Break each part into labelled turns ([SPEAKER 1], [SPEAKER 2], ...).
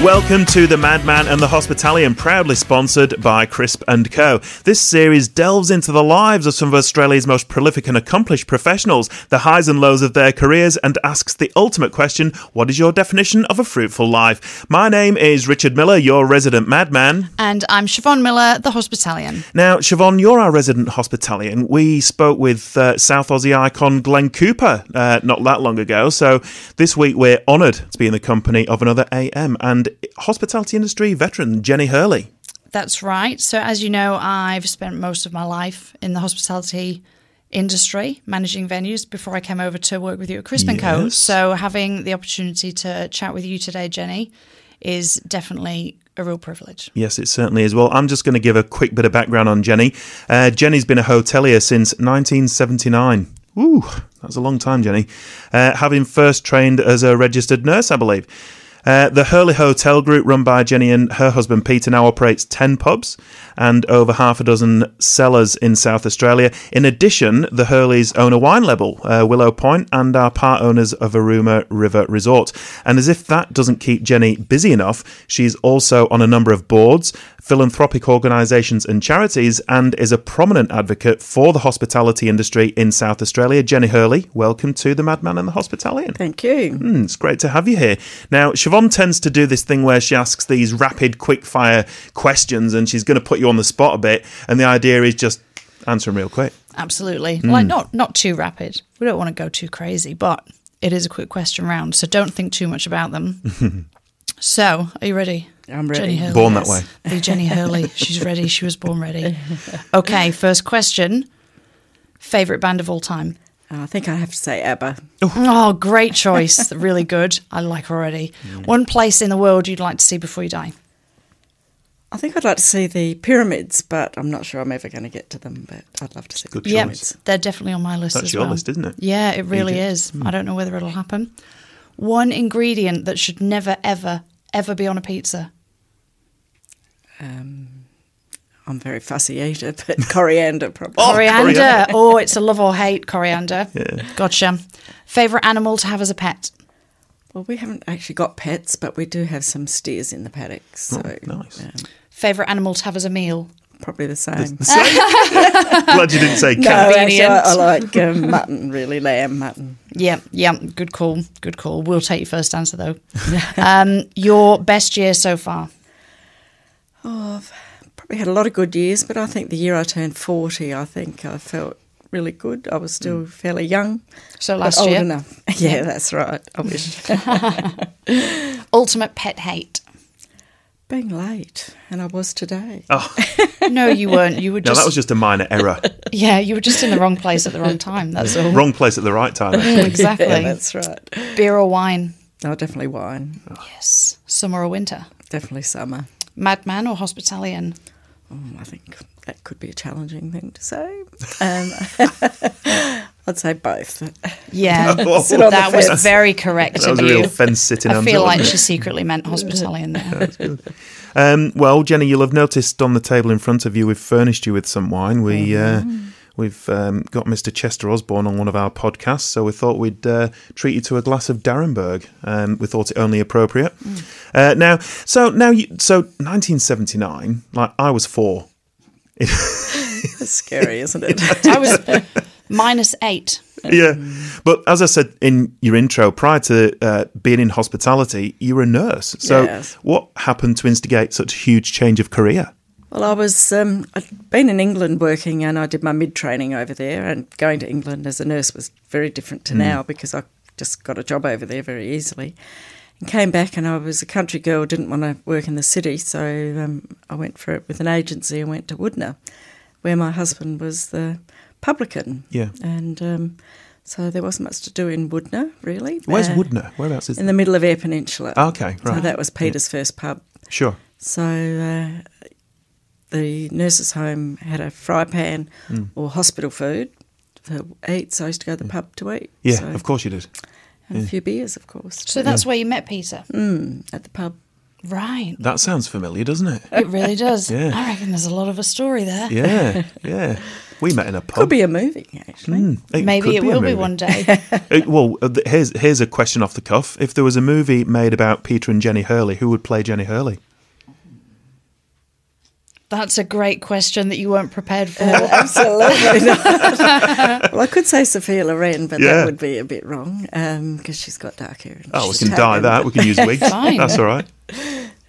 [SPEAKER 1] Welcome to The Madman and the Hospitalian, proudly sponsored by Crisp and Co. This series delves into the lives of some of Australia's most prolific and accomplished professionals, the highs and lows of their careers, and asks the ultimate question: What is your definition of a fruitful life? My name is Richard Miller, your resident madman.
[SPEAKER 2] And I'm Siobhan Miller, the Hospitalian.
[SPEAKER 1] Now, Siobhan, you're our resident hospitalian. We spoke with uh, South Aussie icon Glenn Cooper uh, not that long ago. So this week we're honoured to be in the company of another AM and hospitality industry veteran, Jenny Hurley.
[SPEAKER 2] That's right. So, as you know, I've spent most of my life in the hospitality industry, managing venues before I came over to work with you at Crisp and Co.
[SPEAKER 1] Yes.
[SPEAKER 2] So, having the opportunity to chat with you today, Jenny, is definitely a real privilege.
[SPEAKER 1] Yes, it certainly is. Well, I'm just going to give a quick bit of background on Jenny. Uh, Jenny's been a hotelier since 1979. Ooh, that's a long time, Jenny. Uh, having first trained as a registered nurse, I believe. Uh, the Hurley Hotel Group, run by Jenny and her husband Peter, now operates 10 pubs and over half a dozen cellars in South Australia. In addition, the Hurleys own a wine label, uh, Willow Point, and are part owners of Aruma River Resort. And as if that doesn't keep Jenny busy enough, she's also on a number of boards, philanthropic organisations, and charities, and is a prominent advocate for the hospitality industry in South Australia. Jenny Hurley, welcome to The Madman and the Hospitalian.
[SPEAKER 3] Thank you.
[SPEAKER 1] Mm, it's great to have you here. Now, Siobhan tends to do this thing where she asks these rapid, quick fire questions and she's going to put you on the spot a bit. And the idea is just answer them real quick.
[SPEAKER 2] Absolutely. Like, not, not too rapid. We don't want to go too crazy, but it is a quick question round. So, don't think too much about them. so, are you ready?
[SPEAKER 3] I'm
[SPEAKER 2] Jenny
[SPEAKER 3] ready. Uh,
[SPEAKER 2] Hurley.
[SPEAKER 1] Born that way.
[SPEAKER 2] The Jenny Hurley. She's ready. She was born ready. Okay, first question. Favorite band of all time?
[SPEAKER 3] I think I have to say ABBA.
[SPEAKER 2] Oh, great choice. Really good. I like her already. One place in the world you'd like to see before you die?
[SPEAKER 3] I think I'd like to see the pyramids, but I'm not sure I'm ever going to get to them. But I'd love to see
[SPEAKER 1] Good
[SPEAKER 3] the
[SPEAKER 2] Yep,
[SPEAKER 3] pyramids.
[SPEAKER 2] they're definitely on my list
[SPEAKER 1] That's
[SPEAKER 2] as
[SPEAKER 1] your
[SPEAKER 2] well.
[SPEAKER 1] list, isn't it?
[SPEAKER 2] Yeah, it really
[SPEAKER 1] Egypt. Hmm.
[SPEAKER 2] is. I don't know whether it'll happen. One ingredient that should never, ever, ever be on a pizza.
[SPEAKER 3] Um, I'm a very fussy eater, but coriander probably.
[SPEAKER 2] coriander. Oh, it's a love or hate coriander. Gotcha. Favorite animal to have as a pet?
[SPEAKER 3] Well, we haven't actually got pets, but we do have some steers in the paddock, so
[SPEAKER 1] Oh, nice.
[SPEAKER 3] um,
[SPEAKER 2] Favorite animal to have as a meal?
[SPEAKER 3] probably the same.
[SPEAKER 1] Glad you didn't say
[SPEAKER 3] No,
[SPEAKER 1] cat.
[SPEAKER 3] actually, I, I
[SPEAKER 2] Convenient.
[SPEAKER 3] like um, mutton, really, lamb mutton.
[SPEAKER 2] Yeah, yeah. Good call. Good call. We'll take your first answer though. um, your best year so far.
[SPEAKER 3] Oh, I've probably had a lot of good years, but I think the year I turned 40, I think I felt really good. I was still
[SPEAKER 1] Hmm.
[SPEAKER 3] fairly young.
[SPEAKER 2] So
[SPEAKER 3] but
[SPEAKER 2] last
[SPEAKER 3] old
[SPEAKER 2] year.
[SPEAKER 3] enough. Yeah, that's right. I wish.
[SPEAKER 2] Ultimate pet hate.
[SPEAKER 3] Being late, and I was today.
[SPEAKER 1] Oh,
[SPEAKER 2] No, you weren't. You were
[SPEAKER 1] no,
[SPEAKER 2] just
[SPEAKER 1] that was just a minor error.
[SPEAKER 2] yeah. You were just in the wrong place at the wrong time. That's all.
[SPEAKER 1] Wrong place at the right time. actually.
[SPEAKER 2] Exactly.
[SPEAKER 3] Yeah, that's right.
[SPEAKER 2] Beer or wine?
[SPEAKER 3] No, definitely wine.
[SPEAKER 2] Yes. Summer or winter?
[SPEAKER 3] Definitely summer.
[SPEAKER 2] Madman or hospitalian?
[SPEAKER 3] Mm, I think that could be a challenging thing to say. Um, I'd say both.
[SPEAKER 2] Yeah,
[SPEAKER 1] Whoa.
[SPEAKER 3] Sit on the
[SPEAKER 2] that was
[SPEAKER 3] fence.
[SPEAKER 2] very correct
[SPEAKER 1] Oh, That
[SPEAKER 2] of
[SPEAKER 1] was a
[SPEAKER 2] you.
[SPEAKER 1] real fence sitting
[SPEAKER 2] I
[SPEAKER 1] answer.
[SPEAKER 2] feel like
[SPEAKER 1] wasn't
[SPEAKER 2] she secretly meant hospitalian there.
[SPEAKER 1] it? um, well, Jenny, you'll have noticed on the table in front of you, we've furnished you with some wine.
[SPEAKER 2] Mm.
[SPEAKER 1] We. Uh, We've um, got Mr. Chester Osborne on one of our podcasts, so we thought we'd uh, treat you to a glass of Darrenberg. Um, we thought it only appropriate.
[SPEAKER 2] Mm.
[SPEAKER 1] Uh, now, so now, you, so 1979, like I was four.
[SPEAKER 3] It's scary, isn't it?
[SPEAKER 2] I was minus eight.
[SPEAKER 1] yeah.
[SPEAKER 3] Mm.
[SPEAKER 1] But as I said in your intro, prior to uh, being in hospitality, you were a nurse. So
[SPEAKER 3] Yes.
[SPEAKER 1] what happened to instigate such a huge change of career?
[SPEAKER 3] Well, I was um, I'd been in England working, and I did my mid training over there. And going to England as a nurse was very different
[SPEAKER 1] Hmm.
[SPEAKER 3] to now because I just got a job over there very easily. And came back, and I was a country girl, didn't want to work in the city, so um, I went for it with an agency and went to Woodner, where my husband was the publican.
[SPEAKER 1] Yeah.
[SPEAKER 3] and um, so there wasn't much to do in Woodner really.
[SPEAKER 1] Where's
[SPEAKER 3] Uh,
[SPEAKER 1] Woodner? Whereabouts is Ah,
[SPEAKER 3] In the middle of Eyre Peninsula.
[SPEAKER 1] Okay,
[SPEAKER 3] so
[SPEAKER 1] right.
[SPEAKER 3] that was Peter's first pub.
[SPEAKER 1] Sure.
[SPEAKER 3] So uh, the nurses' home had a fry pan
[SPEAKER 1] Mm.
[SPEAKER 3] or hospital food to eat. So I used to go to the pub to eat.
[SPEAKER 1] Yeah,
[SPEAKER 3] so,
[SPEAKER 1] of course you did.
[SPEAKER 3] And a few beers, of course,
[SPEAKER 2] So that's where you met Peter.
[SPEAKER 3] Mm. at the pub.
[SPEAKER 2] Right.
[SPEAKER 1] That sounds familiar, doesn't it?
[SPEAKER 2] It really does.
[SPEAKER 1] Yeah.
[SPEAKER 2] I reckon there's a lot of a story there.
[SPEAKER 1] Yeah, yeah. We met in a pub. Hmm, Mm.
[SPEAKER 3] Could be a movie, actually.
[SPEAKER 2] Maybe
[SPEAKER 1] could
[SPEAKER 2] it
[SPEAKER 1] a
[SPEAKER 2] will
[SPEAKER 1] movie.
[SPEAKER 2] be one day.
[SPEAKER 1] Uh, well, uh, th- here's here's a question off the cuff. If there was a movie made about Peter and Jenny Hurley, who would play Jenny Hurley?
[SPEAKER 2] That's a great question that you weren't prepared for.
[SPEAKER 3] Absolutely not. well, I could say Sophia Loren, but
[SPEAKER 1] Yeah.
[SPEAKER 3] that would be a bit wrong because she's got dark hair. And
[SPEAKER 1] Oh, we
[SPEAKER 3] she's
[SPEAKER 1] can dye
[SPEAKER 3] tan.
[SPEAKER 1] that. We can use wigs.
[SPEAKER 2] Fine.
[SPEAKER 1] That's all right.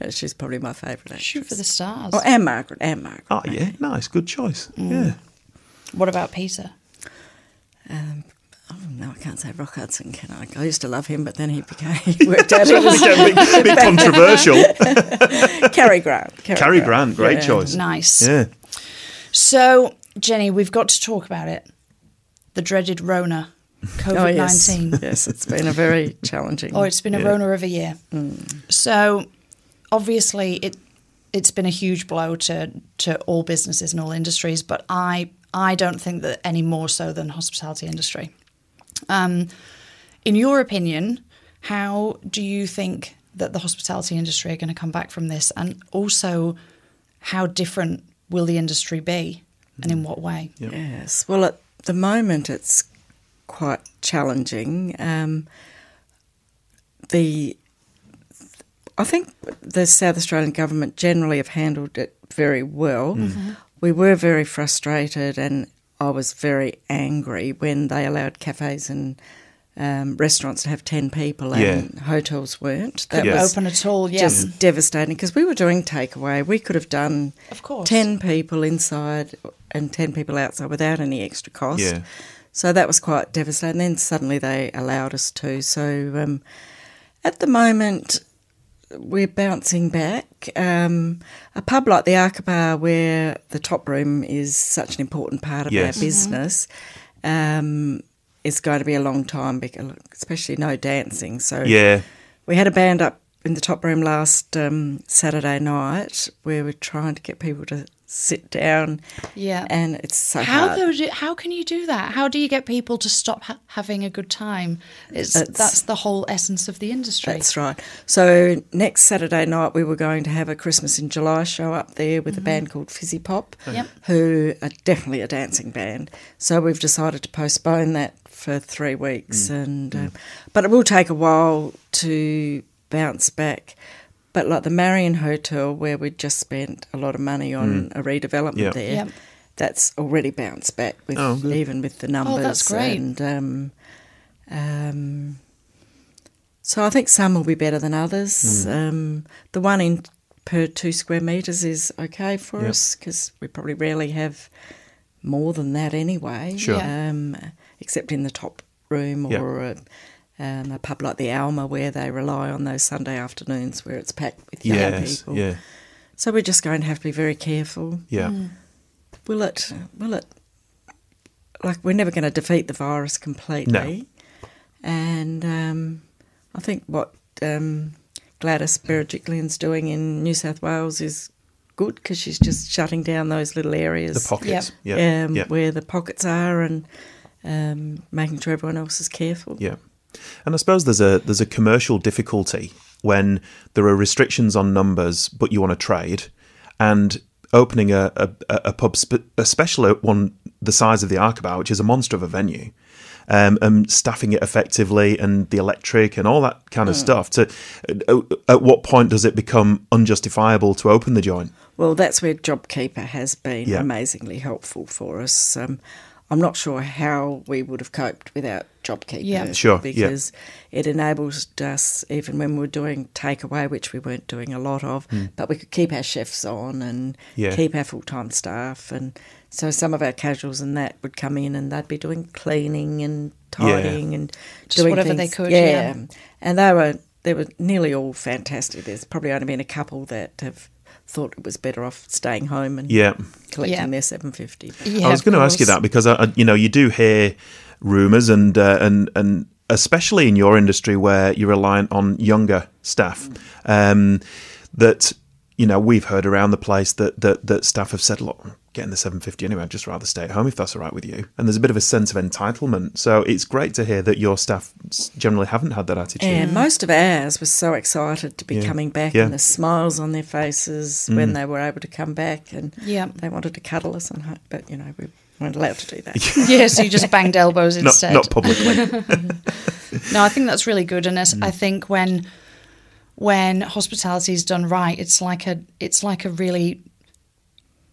[SPEAKER 3] Uh, She's probably my favourite.
[SPEAKER 2] Shoot for the stars.
[SPEAKER 3] Oh, and Margaret. And Margaret.
[SPEAKER 1] Oh yeah, nice, good choice.
[SPEAKER 3] Mm.
[SPEAKER 1] Yeah,
[SPEAKER 2] What about Peter?
[SPEAKER 3] Um, oh, no, I can't say Rock Hudson, can I? I used to love him, but then he became, he worked out it was
[SPEAKER 1] Again, bit, bit controversial.
[SPEAKER 3] Cary Grant.
[SPEAKER 1] Cary Grant, great
[SPEAKER 3] Yeah.
[SPEAKER 1] choice.
[SPEAKER 2] Nice.
[SPEAKER 1] Yeah.
[SPEAKER 2] So, Jenny, we've got to talk about it. The dreaded Rona,
[SPEAKER 3] Oh,
[SPEAKER 2] COVID 19.
[SPEAKER 3] yes. yes, it's been a very challenging.
[SPEAKER 2] Oh, it's been a
[SPEAKER 1] Yeah.
[SPEAKER 2] Rona of a year. So obviously it it's been a huge blow to to all businesses and all industries, but I I don't think that any more so than hospitality industry. Um, in your opinion, how do you think that the hospitality industry are going to come back from this, and also how different will the industry be, and in what way?
[SPEAKER 3] Yes. Well, at the moment, it's quite challenging. Um, the I think the South Australian government generally have handled it very well.
[SPEAKER 1] Mm.
[SPEAKER 3] We were very frustrated, and I was very angry when they allowed cafes and um, restaurants to have ten people, and hotels weren't. That
[SPEAKER 1] Yeah.
[SPEAKER 3] was
[SPEAKER 2] Open at all? Yeah.
[SPEAKER 3] just devastating because we were doing takeaway. We could have done
[SPEAKER 2] Of course.
[SPEAKER 3] 10 people inside and 10 people outside without any extra cost.
[SPEAKER 1] Yeah.
[SPEAKER 3] So that was quite devastating. Then suddenly they allowed us to. So um, at the moment, we're bouncing back. Um, a pub like the Archibar, where the top room is such an important part of
[SPEAKER 1] Yes.
[SPEAKER 3] our business, um, is going to be a long time, because, especially no dancing. So
[SPEAKER 1] Yeah.
[SPEAKER 3] we had a band up in the top room last um, Saturday night. We were trying to get people to sit down,
[SPEAKER 2] Yeah.
[SPEAKER 3] and it's so
[SPEAKER 2] How
[SPEAKER 3] hard.
[SPEAKER 2] though? Do, how can you do that? How do you get people to stop ha- having a good time? It's,
[SPEAKER 3] It's-
[SPEAKER 2] that's the whole essence of the industry.
[SPEAKER 3] That's right. So next Saturday night, we were going to have a Christmas in July show up there with a
[SPEAKER 1] Mm-hmm.
[SPEAKER 3] band called Fizzy Pop,
[SPEAKER 2] Yep.
[SPEAKER 3] who are definitely a dancing band. So we've decided to postpone that for three weeks,
[SPEAKER 1] Mm.
[SPEAKER 3] and uh, but it will take a while to bounce back. But like the Marion Hotel, where we just spent a lot of money on a redevelopment
[SPEAKER 1] Mm. Yep.
[SPEAKER 3] there,
[SPEAKER 2] Yep.
[SPEAKER 3] that's already bounced back with
[SPEAKER 1] Oh, good.
[SPEAKER 3] even with the numbers.
[SPEAKER 2] great.
[SPEAKER 3] And, um, um, so I think some will be better than others.
[SPEAKER 1] Mm.
[SPEAKER 3] Um, the one in per two square metres is okay for
[SPEAKER 1] Yep.
[SPEAKER 3] us because we probably rarely have more than that anyway.
[SPEAKER 1] Sure.
[SPEAKER 2] Yeah.
[SPEAKER 3] Um, except in the top room
[SPEAKER 1] Yep.
[SPEAKER 3] or a, um, a pub like the Alma where they rely on those Sunday afternoons where it's packed with young
[SPEAKER 1] Yes.
[SPEAKER 3] people.
[SPEAKER 1] Yeah.
[SPEAKER 3] So we're just going to have to be very careful.
[SPEAKER 1] Yeah.
[SPEAKER 3] Will it? Will it? Like we're never going to defeat the virus completely, and um, I think what um, Gladys Berejiklian's doing in New South Wales is good because she's just shutting down those little areas,
[SPEAKER 1] The pockets. Yeah.
[SPEAKER 3] um,
[SPEAKER 1] yeah.
[SPEAKER 3] where the pockets are, and um, making sure everyone else is careful.
[SPEAKER 1] Yeah, and I suppose there's a there's a commercial difficulty when there are restrictions on numbers, but you want to trade, and opening a a, a a pub, sp- especially one the size of the Arkabout, which is a monster of a venue. Um, and staffing it effectively and the electric and all that kind of stuff to at- at what point does it become unjustifiable to open the joint
[SPEAKER 3] Well, that's where JobKeeper has been
[SPEAKER 1] Yeah.
[SPEAKER 3] amazingly helpful for us. Um, I'm not sure how we would have coped without JobKeeper.
[SPEAKER 2] Yeah.
[SPEAKER 1] Sure, yeah.
[SPEAKER 3] Because it enables us, even when we were doing takeaway, which we weren't doing a lot of, but we could keep our chefs on and
[SPEAKER 1] Hmm. Yeah.
[SPEAKER 3] keep our full time staff. And so some of our casuals and that would come in and they'd be doing cleaning and
[SPEAKER 1] Yeah.
[SPEAKER 3] tidying and
[SPEAKER 2] Just
[SPEAKER 3] doing
[SPEAKER 2] whatever they
[SPEAKER 3] things-
[SPEAKER 2] could, yeah.
[SPEAKER 3] and they were they were nearly all fantastic. There's probably only been a couple that have thought it was better off staying home and
[SPEAKER 1] yeah
[SPEAKER 3] collecting
[SPEAKER 2] Yeah. Mm-hmm.
[SPEAKER 3] their seven fifty.
[SPEAKER 2] Yeah,
[SPEAKER 1] I was
[SPEAKER 2] of
[SPEAKER 1] going to ask you
[SPEAKER 2] course.
[SPEAKER 1] that because I, I- you know you do hear rumours and uh, and and especially in your industry where you're reliant on younger staff um, that you know we've heard around the place that that, that staff have said look I'm getting the 750 anyway I'd just rather stay at home if that's all right with you and there's a bit of a sense of entitlement so it's great to hear that your staff s- generally haven't had that attitude
[SPEAKER 3] And most of ours were so excited to be
[SPEAKER 1] Yeah.
[SPEAKER 3] coming back
[SPEAKER 1] Yeah. Mm.
[SPEAKER 3] and the smiles on their faces when they were able to come back and
[SPEAKER 2] Yeah.
[SPEAKER 3] they wanted to cuddle us and hug, but you know we weren't allowed to do that.
[SPEAKER 2] yeah, so you just banged elbows
[SPEAKER 1] Not,
[SPEAKER 2] instead.
[SPEAKER 1] not publicly.
[SPEAKER 2] No, I think that's really good, and it's,
[SPEAKER 1] Mm.
[SPEAKER 2] I think when when hospitality is done right, it's like a it's like a really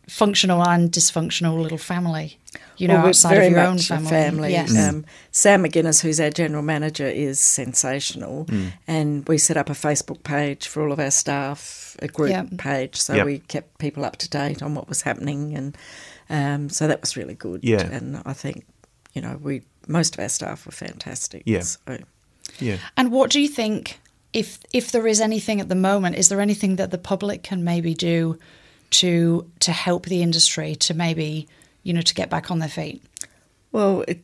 [SPEAKER 2] functional and dysfunctional little family. You know,
[SPEAKER 3] Well, we're
[SPEAKER 2] outside
[SPEAKER 3] very
[SPEAKER 2] of your own
[SPEAKER 3] much a
[SPEAKER 2] family.
[SPEAKER 3] family.
[SPEAKER 2] Yes.
[SPEAKER 3] Um, Sam McGuinness, who's our general manager, is sensational,
[SPEAKER 1] Mm.
[SPEAKER 3] and we set up a Facebook page for all of our staff, a group
[SPEAKER 2] Yeah.
[SPEAKER 3] page, so
[SPEAKER 1] Yeah.
[SPEAKER 3] we kept people up to date on what was happening, and um, so that was really good.
[SPEAKER 1] Yeah.
[SPEAKER 3] and I think you know we most of our staff were fantastic.
[SPEAKER 1] Yeah.
[SPEAKER 3] so-
[SPEAKER 1] yeah.
[SPEAKER 2] And what do you think if if there is anything at the moment, is there anything that the public can maybe do to to help the industry to maybe, you know, to get back on their feet?
[SPEAKER 3] Well, it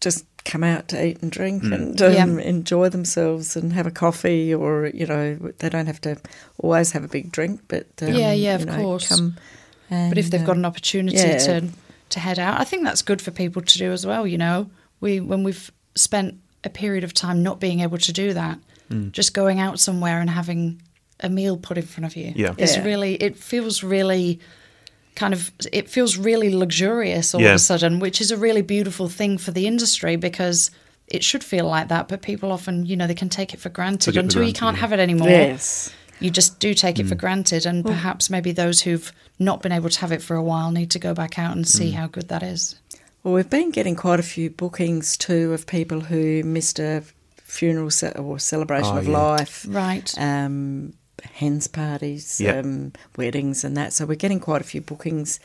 [SPEAKER 3] just come out to eat and drink
[SPEAKER 1] Mm.
[SPEAKER 3] and um,
[SPEAKER 2] Yeah.
[SPEAKER 3] enjoy themselves and have a coffee, or you know, they don't have to always have a big drink, but um,
[SPEAKER 2] Yeah, yeah, of
[SPEAKER 3] you know,
[SPEAKER 2] course.
[SPEAKER 3] Come and,
[SPEAKER 2] But if they've got
[SPEAKER 3] um,
[SPEAKER 2] an opportunity
[SPEAKER 3] yeah.
[SPEAKER 2] to to head out, I think that's good for people to do as well. You know, we when we've spent a period of time not being able to do that,
[SPEAKER 1] Mm.
[SPEAKER 2] just going out somewhere and having a meal put in front of you,
[SPEAKER 1] Yeah.
[SPEAKER 2] it's
[SPEAKER 3] Yeah.
[SPEAKER 2] really it feels really kind of it feels really luxurious all of
[SPEAKER 1] Yeah.
[SPEAKER 2] a sudden, which is a really beautiful thing for the industry because. It should feel like that, but people often, you know, they can take it for granted
[SPEAKER 1] for
[SPEAKER 2] until you
[SPEAKER 1] granted,
[SPEAKER 2] can't
[SPEAKER 1] yeah.
[SPEAKER 2] have it
[SPEAKER 3] um,
[SPEAKER 2] anymore
[SPEAKER 3] yes,
[SPEAKER 2] you just do take
[SPEAKER 1] Mm.
[SPEAKER 2] it for granted and perhaps maybe those who've not been able to have it for a while need to go back out and see
[SPEAKER 1] Mm.
[SPEAKER 2] how good that is
[SPEAKER 3] well, we've been getting quite a few bookings too of people who missed a funeral ce- or celebration
[SPEAKER 1] Oh,
[SPEAKER 3] of
[SPEAKER 1] yeah.
[SPEAKER 3] life,
[SPEAKER 2] right
[SPEAKER 3] um, hens parties,
[SPEAKER 1] Yeah.
[SPEAKER 3] um, weddings, and that. So we're getting quite a few bookings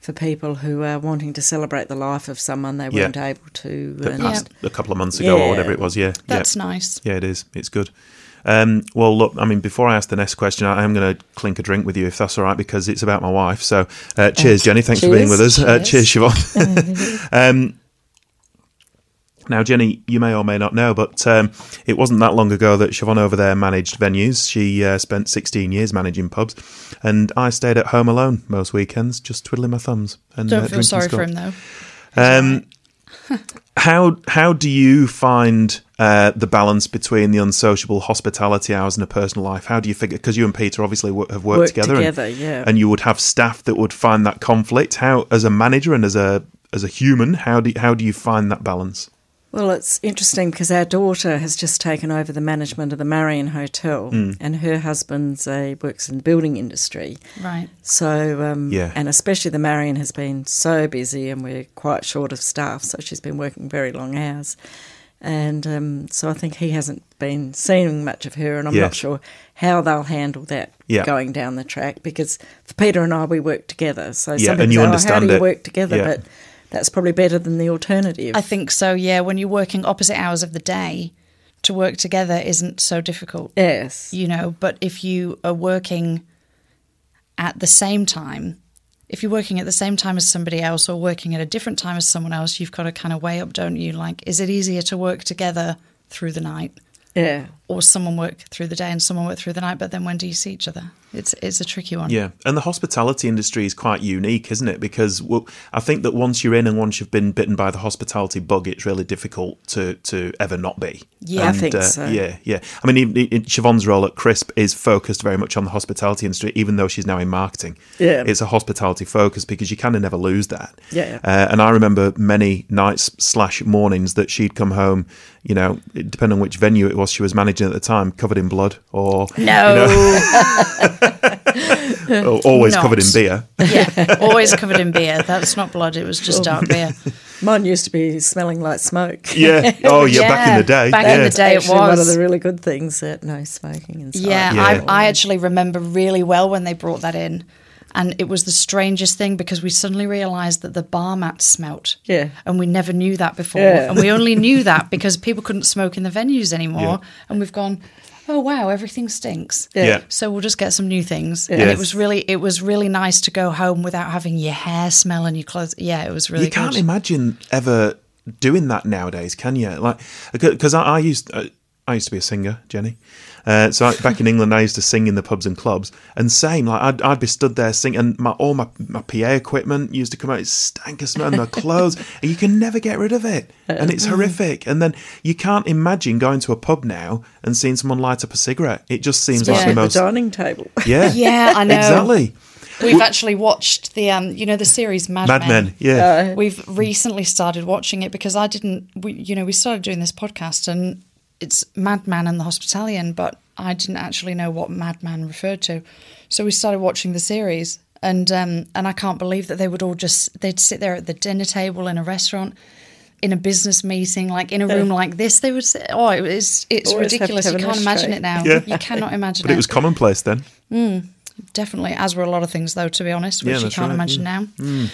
[SPEAKER 3] for people who are wanting to celebrate the life of someone they
[SPEAKER 1] Yeah.
[SPEAKER 3] weren't able to.
[SPEAKER 1] That
[SPEAKER 3] and-
[SPEAKER 1] passed a couple of months ago or
[SPEAKER 3] Yeah.
[SPEAKER 1] whatever it was. Yeah. yeah.
[SPEAKER 2] that's nice
[SPEAKER 1] Yeah, it is. It's good. Um, well, look, I mean, before I ask the next question, I am going to clink a drink with you if that's all right, because it's about my wife. So uh, cheers, Jenny. Thanks for being with us. Uh, cheers,
[SPEAKER 2] Oh, Cheers.
[SPEAKER 1] Siobhan. um, now, Jenny, you may or may not know, but um, it wasn't that long ago that Siobhan over there managed venues. She uh, spent 16 years managing pubs, and I stayed at home alone most weekends, just twiddling my thumbs. And, uh,
[SPEAKER 2] don't feel
[SPEAKER 1] drinking
[SPEAKER 2] sorry
[SPEAKER 1] scotch.
[SPEAKER 2] for him though
[SPEAKER 1] Um, how how do you find uh, the balance between the unsociable hospitality hours and a personal life? How do you figure? Because you and Peter obviously wo- have worked
[SPEAKER 3] Work
[SPEAKER 1] together, and-
[SPEAKER 3] together,
[SPEAKER 1] and,
[SPEAKER 3] yeah.
[SPEAKER 1] you would have staff that would find that conflict. How, as a manager and as a as a human, how do how do you find that balance?
[SPEAKER 3] Well, it's interesting because our daughter has just taken over the management of the Marion Hotel,
[SPEAKER 1] Mm.
[SPEAKER 3] and her husband's a works in the building industry.
[SPEAKER 2] right
[SPEAKER 3] So, um,
[SPEAKER 1] Yeah.
[SPEAKER 3] and especially the Marion has been so busy, and we're quite short of staff. So she's been working very long hours, and um, so I think he hasn't been seeing much of her, and I'm
[SPEAKER 1] Yes.
[SPEAKER 3] not sure how they'll handle that
[SPEAKER 1] Yeah.
[SPEAKER 3] going down the track because for Peter and I, we work together. So
[SPEAKER 1] Yeah, and
[SPEAKER 3] some people
[SPEAKER 1] you
[SPEAKER 3] say, "Oh,
[SPEAKER 1] understand
[SPEAKER 3] how do
[SPEAKER 1] it."
[SPEAKER 3] you work together,
[SPEAKER 1] Yeah.
[SPEAKER 3] but that's probably better than the alternative.
[SPEAKER 2] i think so yeah when you're working opposite hours of the day to work together isn't so difficult
[SPEAKER 3] yes.
[SPEAKER 2] you know but if you are working at the same time if you're working at the same time as somebody else or working at a different time as someone else you've got to kind of weigh up don't you like is it easier to work together through the night
[SPEAKER 3] Yeah.
[SPEAKER 2] or someone work through the day and someone work through the night, but then when do you see each other? It's it's a tricky one.
[SPEAKER 1] Yeah, and the hospitality industry is quite unique, isn't it? Because well, I think that once you're in and once you've been bitten by the hospitality bug, it's really difficult to to ever not be.
[SPEAKER 2] Yeah, I
[SPEAKER 1] And, uh,
[SPEAKER 3] think so.
[SPEAKER 1] Yeah, yeah. I mean, even, even Siobhan's role at Crisp is focused very much on the hospitality industry, even though she's now in marketing.
[SPEAKER 3] Yeah.
[SPEAKER 1] it's a hospitality focus because you kind of never lose that.
[SPEAKER 3] Yeah.
[SPEAKER 1] Uh, and I remember many nights slash mornings that she'd come home, you know, depending on which venue it was she was managing at the time, covered in blood or you know,
[SPEAKER 2] No,
[SPEAKER 1] always
[SPEAKER 2] Not.
[SPEAKER 1] covered in beer.
[SPEAKER 2] yeah, always covered in beer. That's not blood. It was just dark beer.
[SPEAKER 3] Mine used to be smelling like smoke.
[SPEAKER 1] Yeah. Oh, yeah. Back in the
[SPEAKER 2] Yeah,
[SPEAKER 1] day.
[SPEAKER 2] back
[SPEAKER 1] yeah.
[SPEAKER 2] in the day. it
[SPEAKER 3] Actually, one of
[SPEAKER 2] was.
[SPEAKER 3] the really good things that no smoking and stuff.
[SPEAKER 2] Yeah,
[SPEAKER 1] Uh, Yeah.
[SPEAKER 2] I, I actually remember really well when they brought that in. And it was the strangest thing because we suddenly realised that the bar mat smelt.
[SPEAKER 3] Yeah.
[SPEAKER 2] And we never knew that before.
[SPEAKER 3] Yeah.
[SPEAKER 2] And we only knew that because people couldn't smoke in the venues anymore. And we've gone, oh, wow, everything stinks.
[SPEAKER 3] Yeah.
[SPEAKER 1] Yeah.
[SPEAKER 2] So we'll just get some new things. And
[SPEAKER 1] Yes.
[SPEAKER 2] it was really, it was really nice to go home without having your hair smell and your clothes. Yeah, it was really
[SPEAKER 1] You can't
[SPEAKER 2] good.
[SPEAKER 1] imagine ever doing that nowadays, can you? Like, because I, I used. I, I used to be a singer, Jenny. Uh, so I, back in England, I used to sing in the pubs and clubs. And same, like I'd, I'd be stood there singing, and my, all my, my PA equipment used to come out. It stank of smell, and my clothes. and you can never get rid of it, and
[SPEAKER 2] Mm.
[SPEAKER 1] it's horrific. And then you can't imagine going to a pub now and seeing someone light up a cigarette. It just seems
[SPEAKER 2] Especially
[SPEAKER 1] like
[SPEAKER 2] at
[SPEAKER 1] the
[SPEAKER 2] the
[SPEAKER 1] most.
[SPEAKER 3] dining table.
[SPEAKER 1] Yeah,
[SPEAKER 2] Yeah, I know.
[SPEAKER 1] exactly.
[SPEAKER 2] We've actually watched the, um, you know, the series Mad,
[SPEAKER 1] Mad Men, yeah.
[SPEAKER 3] Uh,
[SPEAKER 2] We've recently started watching it because I didn't, we, you know, we started doing this podcast and it's Madman and the Hospitalian, but I didn't actually know what Madman referred to. So we started watching the series and um, and I can't believe that they would all just, they'd sit there at the dinner table in a restaurant, in a business meeting, like in a room like this, they would say, oh, it was, it's
[SPEAKER 3] Always have to
[SPEAKER 2] ridiculous.
[SPEAKER 3] have
[SPEAKER 2] You
[SPEAKER 3] an
[SPEAKER 2] can't imagine
[SPEAKER 3] ashtray.
[SPEAKER 2] it now.
[SPEAKER 1] Yeah.
[SPEAKER 2] You cannot imagine
[SPEAKER 1] But it was commonplace then.
[SPEAKER 2] Definitely, as were a lot of things, though, to be honest, which
[SPEAKER 1] Yeah, Hmm.
[SPEAKER 2] you
[SPEAKER 1] that's
[SPEAKER 2] can't
[SPEAKER 1] right,
[SPEAKER 2] imagine now.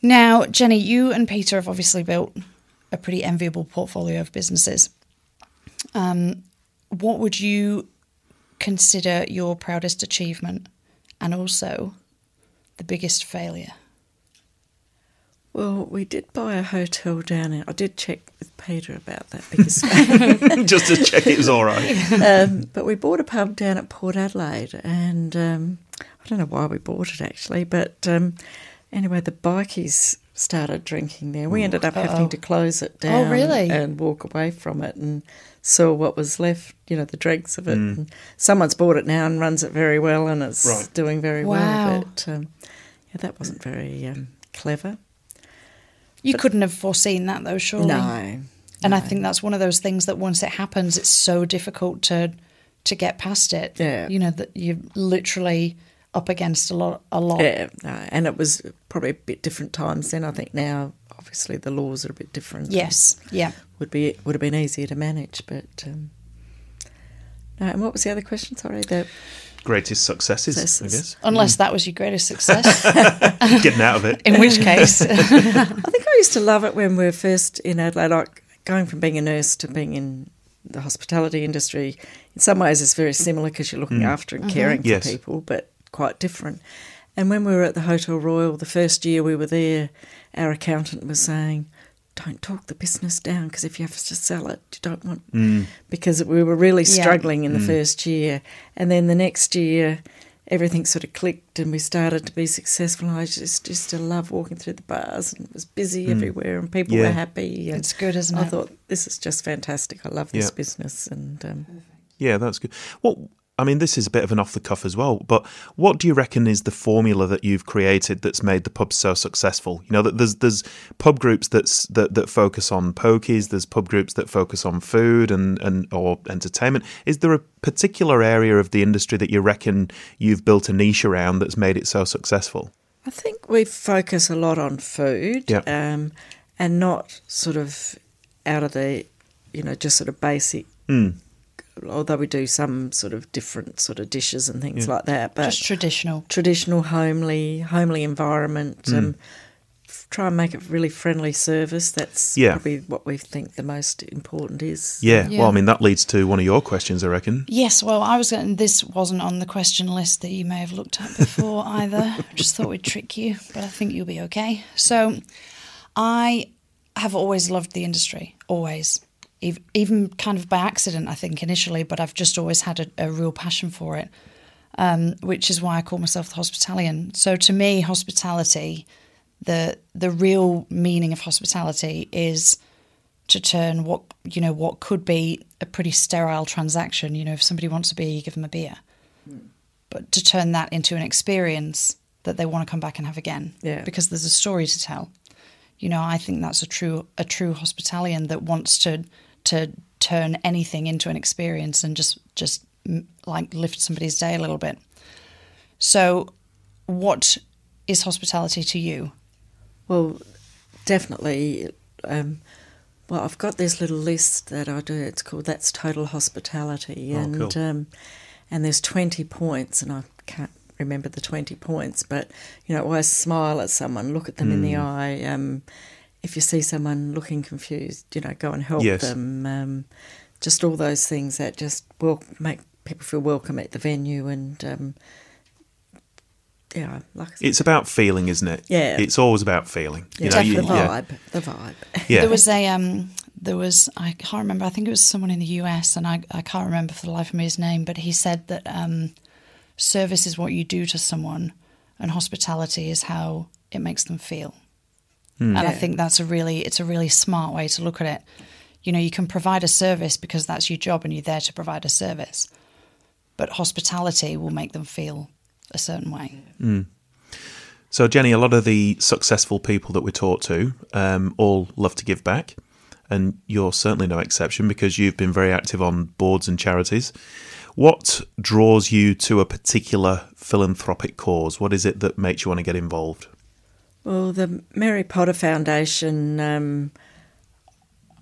[SPEAKER 2] Now, Jenny, you and Peter have obviously built a pretty enviable portfolio of businesses. Um, what would you consider your proudest achievement and also the biggest failure?
[SPEAKER 3] well, we did buy a hotel down there. I did check with Peter about that because,
[SPEAKER 1] Just to check it was all right.
[SPEAKER 3] um, but we bought a pub down at Port Adelaide, and um, I don't know why we bought it actually, but um, anyway, the bikies started drinking there. We ended up having to close it down.
[SPEAKER 2] really?
[SPEAKER 3] And walk away from it, and saw what was left. You know, the dregs of it. And someone's bought it now and runs it very well, and it's
[SPEAKER 1] Right.
[SPEAKER 3] doing very
[SPEAKER 2] Wow.
[SPEAKER 3] well. But um, yeah, that wasn't very um, clever.
[SPEAKER 2] You couldn't have foreseen that, though, surely.
[SPEAKER 3] No.
[SPEAKER 2] And I think that's one of those things that once it happens, it's so difficult to to get past it.
[SPEAKER 3] Yeah.
[SPEAKER 2] you know that you're literally up against a lot, a lot.
[SPEAKER 3] Yeah, no, Uh, and it was probably a bit different times then. I think now, obviously, the laws are a bit different.
[SPEAKER 2] Yes, yeah.
[SPEAKER 3] would be would have been easier to manage, but um, no. And what was the other question? Sorry, the
[SPEAKER 1] Greatest successes,
[SPEAKER 3] Successes.
[SPEAKER 2] Unless that was your greatest success,
[SPEAKER 1] I guess. Getting out of it.
[SPEAKER 2] in which case,
[SPEAKER 3] I think I used to love it when we were first in Adelaide, like going from being a nurse to being in the hospitality industry. In some ways, it's very similar because you're looking after and caring
[SPEAKER 1] Yes.
[SPEAKER 3] for people, but quite different. And when we were at the Hotel Royal, the first year we were there, our accountant was saying, don't talk the business down because if you have to sell it, you don't want. Because we were really
[SPEAKER 2] Yeah.
[SPEAKER 3] struggling
[SPEAKER 1] Mm.
[SPEAKER 3] in the first year. And then the next year, everything sort of clicked and we started to be successful. And I just used to love walking through the bars and it was busy everywhere and people
[SPEAKER 1] Mm. Yeah.
[SPEAKER 3] were happy. And
[SPEAKER 2] It's good, isn't
[SPEAKER 3] I
[SPEAKER 2] it?
[SPEAKER 3] thought, this is just fantastic. I love
[SPEAKER 1] Yeah.
[SPEAKER 3] this business. And um,
[SPEAKER 1] Yeah, that's good. What I mean, this is a bit of an off the cuff as well, but what do you reckon is the formula that you've created that's made the pub so successful? You know, that there's there's pub groups that's that, that focus on pokies, there's pub groups that focus on food and, and or entertainment. Is there a particular area of the industry that you reckon you've built a niche around that's made it so successful?
[SPEAKER 3] I think we focus a lot on food
[SPEAKER 1] Yeah.
[SPEAKER 3] um, and not sort of out of the, you know, just sort of basic.
[SPEAKER 1] Mm.
[SPEAKER 3] Although we do some sort of different sort of dishes and things like that, but
[SPEAKER 2] just traditional.
[SPEAKER 3] traditional, homely, homely environment. Um, f- try and make it really friendly service. That's
[SPEAKER 1] Yeah.
[SPEAKER 3] probably what we think the most important is.
[SPEAKER 1] Yeah,
[SPEAKER 2] Yeah.
[SPEAKER 1] well, I mean, that leads to one of your questions, I reckon.
[SPEAKER 2] Yes, well, I was going. This wasn't on the question list that you may have looked at before either. Just thought we'd trick you, but I think you'll be okay. So, I have always loved the industry, always, Ev- even kind of by accident, I think initially, but I've just always had a, a real passion for it, um, which is why I call myself the hospitalian. So, to me, hospitality, the the real meaning of hospitality is to turn what you know what could be a pretty sterile transaction. You know, if somebody wants a beer, you give them a beer, but to turn that into an experience that they want to come back and have again.
[SPEAKER 3] Yeah.
[SPEAKER 2] because there's a story to tell. You know, I think that's a true a true hospitalian that wants to to turn anything into an experience and just just mm, like lift somebody's day a little bit. So, what is hospitality to you?
[SPEAKER 3] Well, definitely. Um, well, I've got this little list that I do. It's called "That's Total Hospitality,"
[SPEAKER 1] Oh,
[SPEAKER 3] and
[SPEAKER 1] cool.
[SPEAKER 3] um, and there's twenty points, and I can't remember the twenty points, but you know, always smile at someone, look at them in the
[SPEAKER 1] Hmm.
[SPEAKER 3] eye. Um, if you see someone looking confused, you know, go and help
[SPEAKER 1] Yes.
[SPEAKER 3] them. Um, just all those things that just wel- make people feel welcome at the venue, and um, yeah, like I said,
[SPEAKER 1] It's about feeling, isn't it?
[SPEAKER 3] Yeah.
[SPEAKER 1] It's always about feeling.
[SPEAKER 3] yeah,
[SPEAKER 2] know, you-
[SPEAKER 3] the
[SPEAKER 2] Definitely.
[SPEAKER 1] yeah.
[SPEAKER 3] vibe, the vibe.
[SPEAKER 1] Yeah.
[SPEAKER 2] There was a um, there was I can't remember. I think it was someone in the US, and I I can't remember for the life of me his name. But he said that um, service is what you do to someone, and hospitality is how it makes them feel. And I
[SPEAKER 3] Yeah.
[SPEAKER 2] think that's a really it's a really smart way to look at it. You know, you can provide a service because that's your job, and you're there to provide a service. But hospitality will make them feel a certain way.
[SPEAKER 1] So, Jenny, a lot of the successful people that we're taught to um, all love to give back. And you're certainly no exception because you've been very active on boards and charities. What draws you to a particular philanthropic cause? What is it that makes you want to get involved?
[SPEAKER 3] Well, the Mary Potter Foundation um,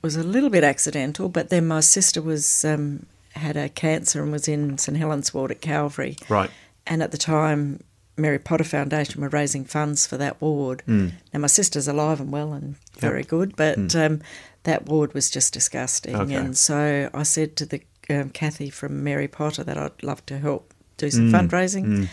[SPEAKER 3] was a little bit accidental, but then my sister was um, had a cancer and was in St Helen's ward at Calvary.
[SPEAKER 1] Right.
[SPEAKER 3] And at the time, Mary Potter Foundation were raising funds for that ward.
[SPEAKER 1] Hmm.
[SPEAKER 3] Now my sister's alive and well and very good, but um, that ward was just disgusting.
[SPEAKER 1] Okay.
[SPEAKER 3] And so I said to the um, Kathy from Mary Potter that I'd love to help do some
[SPEAKER 1] Hmm.
[SPEAKER 3] fundraising.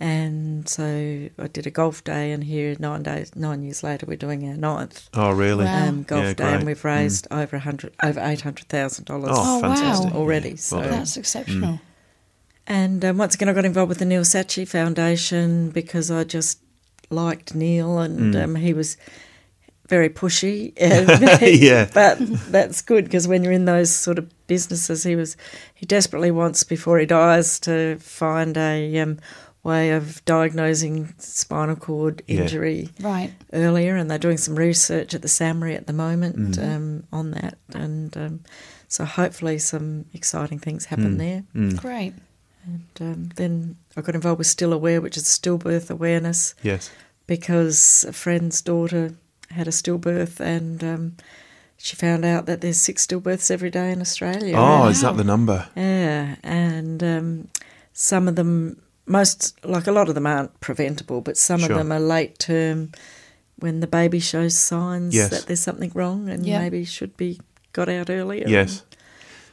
[SPEAKER 3] And so I did a golf day, and here nine days, nine years later, we're doing our ninth
[SPEAKER 1] Oh, really?
[SPEAKER 2] Wow.
[SPEAKER 3] um, golf
[SPEAKER 1] Yeah,
[SPEAKER 3] day,
[SPEAKER 1] great. Hmm.
[SPEAKER 3] and we've raised over a hundred, over eight hundred thousand dollars.
[SPEAKER 1] Oh,
[SPEAKER 2] Oh,
[SPEAKER 1] fantastic.
[SPEAKER 2] wow.
[SPEAKER 3] Already, so-
[SPEAKER 1] well done.
[SPEAKER 2] That's exceptional.
[SPEAKER 3] And um, once again, I got involved with the Neil Saatchi Foundation because I just liked Neil, and
[SPEAKER 1] Mm.
[SPEAKER 3] um, he was very pushy.
[SPEAKER 1] Yeah.
[SPEAKER 3] but that's good because when you're in those sort of businesses, he was he desperately wants before he dies to find a um, way of diagnosing spinal cord
[SPEAKER 1] Yeah.
[SPEAKER 3] injury
[SPEAKER 2] Right.
[SPEAKER 3] earlier, and they're doing some research at the SAMRI at the moment
[SPEAKER 1] Mm.
[SPEAKER 3] um, on that, and um, so hopefully some exciting things happen
[SPEAKER 1] Mm.
[SPEAKER 3] there.
[SPEAKER 2] Great.
[SPEAKER 3] And um, then I got involved with Still Aware, which is stillbirth awareness,
[SPEAKER 1] Yes.
[SPEAKER 3] because a friend's daughter had a stillbirth and um, she found out that there's six stillbirths every day in Australia.
[SPEAKER 1] Oh,
[SPEAKER 2] Wow.
[SPEAKER 1] is that the number?
[SPEAKER 3] Yeah, and um, some of them, most, like a lot of them aren't preventable, but some
[SPEAKER 1] Sure.
[SPEAKER 3] of them are late term when the baby shows signs
[SPEAKER 1] Yes.
[SPEAKER 3] that there's something wrong and
[SPEAKER 2] Yeah.
[SPEAKER 3] maybe should be got out earlier.
[SPEAKER 1] Yes.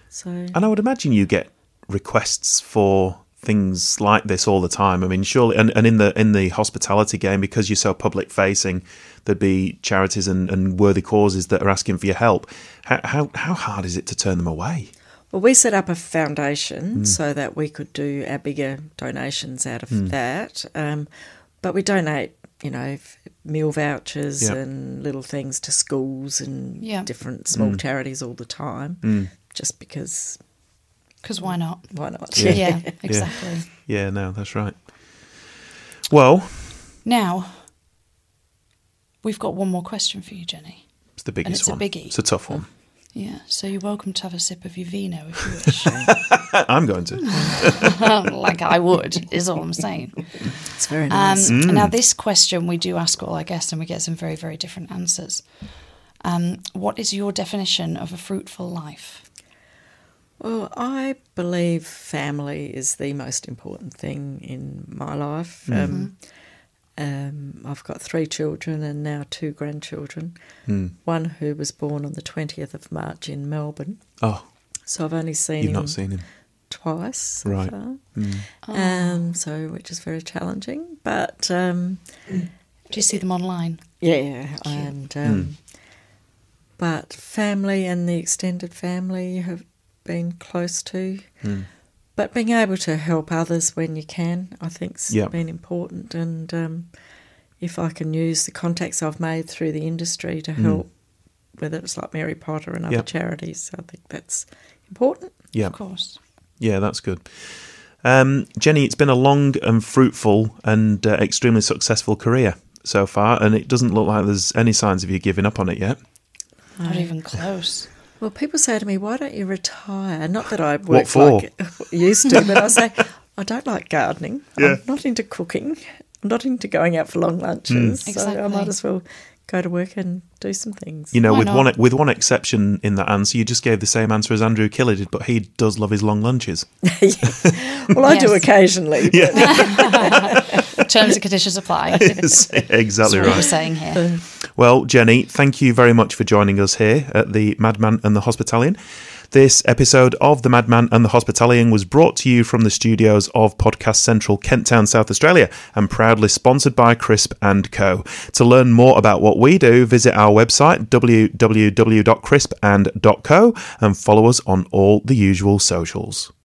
[SPEAKER 3] So
[SPEAKER 1] And I would imagine you get requests for things like this all the time. I mean, surely, and, and in the in the hospitality game, because you're so public facing, there'd be charities and, and worthy causes that are asking for your help. How, how how hard is it to turn them away?
[SPEAKER 3] Well, we set up a foundation so that we could do our bigger donations out of that. Um, but we donate, you know, f- meal vouchers
[SPEAKER 1] Yeah.
[SPEAKER 3] and little things to schools and
[SPEAKER 2] Yeah.
[SPEAKER 3] different small charities all the time, just because
[SPEAKER 2] Because why not?
[SPEAKER 3] why not?
[SPEAKER 2] Yeah, exactly.
[SPEAKER 1] Yeah, no, that's right. Well,
[SPEAKER 2] Now, we've got one more question for you, Jenny.
[SPEAKER 1] it's the biggest
[SPEAKER 2] it's a
[SPEAKER 1] one.
[SPEAKER 2] biggie.
[SPEAKER 1] It's a tough one.
[SPEAKER 2] Yeah, so you're welcome to have a sip of your vino if you wish. Uh,
[SPEAKER 1] I'm going to.
[SPEAKER 2] like I would, is all I'm saying.
[SPEAKER 3] It's very
[SPEAKER 2] Um,
[SPEAKER 3] nice.
[SPEAKER 1] Mm.
[SPEAKER 2] Now, this question we do ask all our guests, and we get some very, very different answers. Um, what is your definition of a fruitful life?
[SPEAKER 3] Well, I believe family is the most important thing in my life.
[SPEAKER 1] Mm-hmm.
[SPEAKER 3] Um, um, I've got three children and now two grandchildren.
[SPEAKER 1] Mm.
[SPEAKER 3] One who was born on the 20th of March in Melbourne.
[SPEAKER 1] Oh,
[SPEAKER 3] So I've only seen
[SPEAKER 1] you've
[SPEAKER 3] him
[SPEAKER 1] not seen him.
[SPEAKER 3] twice so
[SPEAKER 1] Right. Mm.
[SPEAKER 3] far. Um, so, which is very challenging. But um,
[SPEAKER 2] Do you see them online?
[SPEAKER 3] yeah, and
[SPEAKER 1] Mm.
[SPEAKER 3] um, but family and the extended family you have been close to,
[SPEAKER 1] Hmm.
[SPEAKER 3] but being able to help others when you can, I think's
[SPEAKER 1] Yeah.
[SPEAKER 3] been important. And um, if I can use the contacts I've made through the industry
[SPEAKER 1] Mm.
[SPEAKER 3] to help, whether it's like Mary Potter and other
[SPEAKER 1] Yeah.
[SPEAKER 3] charities, I think that's important.
[SPEAKER 1] Yeah,
[SPEAKER 2] Of course.
[SPEAKER 1] Yeah, that's good. Um, Jenny, it's been a long and fruitful and uh, extremely successful career so far, and it doesn't look like there's any signs of you giving up on it yet.
[SPEAKER 2] Not even close.
[SPEAKER 3] Well, people say to me, "Why don't you retire?" Not that I work
[SPEAKER 1] for?
[SPEAKER 3] like used to, but I say I don't like gardening.
[SPEAKER 1] Yeah.
[SPEAKER 3] I'm not into cooking. I'm not into going out for long lunches.
[SPEAKER 1] Mm.
[SPEAKER 3] So I
[SPEAKER 2] Exactly.
[SPEAKER 3] might as well go to work and do some things.
[SPEAKER 1] You know,
[SPEAKER 2] Why
[SPEAKER 1] with
[SPEAKER 2] not?
[SPEAKER 1] one e, with one exception in that answer, you just gave the same answer as Andrew Killer did, but he does love his long lunches.
[SPEAKER 3] well, I
[SPEAKER 2] Yes.
[SPEAKER 3] do occasionally. but-
[SPEAKER 2] Terms and conditions apply. That's
[SPEAKER 1] Yes, exactly
[SPEAKER 2] what we're
[SPEAKER 1] right.
[SPEAKER 2] saying here.
[SPEAKER 1] Well, Jenny, thank you very much for joining us here at the Madman and the Hospitalian. This episode of The Madman and the Hospitalian was brought to you from the studios of Podcast Central, Kent Town, South Australia, and proudly sponsored by Crisp and Co. To learn more about what we do, visit our website www.crispand.co and follow us on all the usual socials.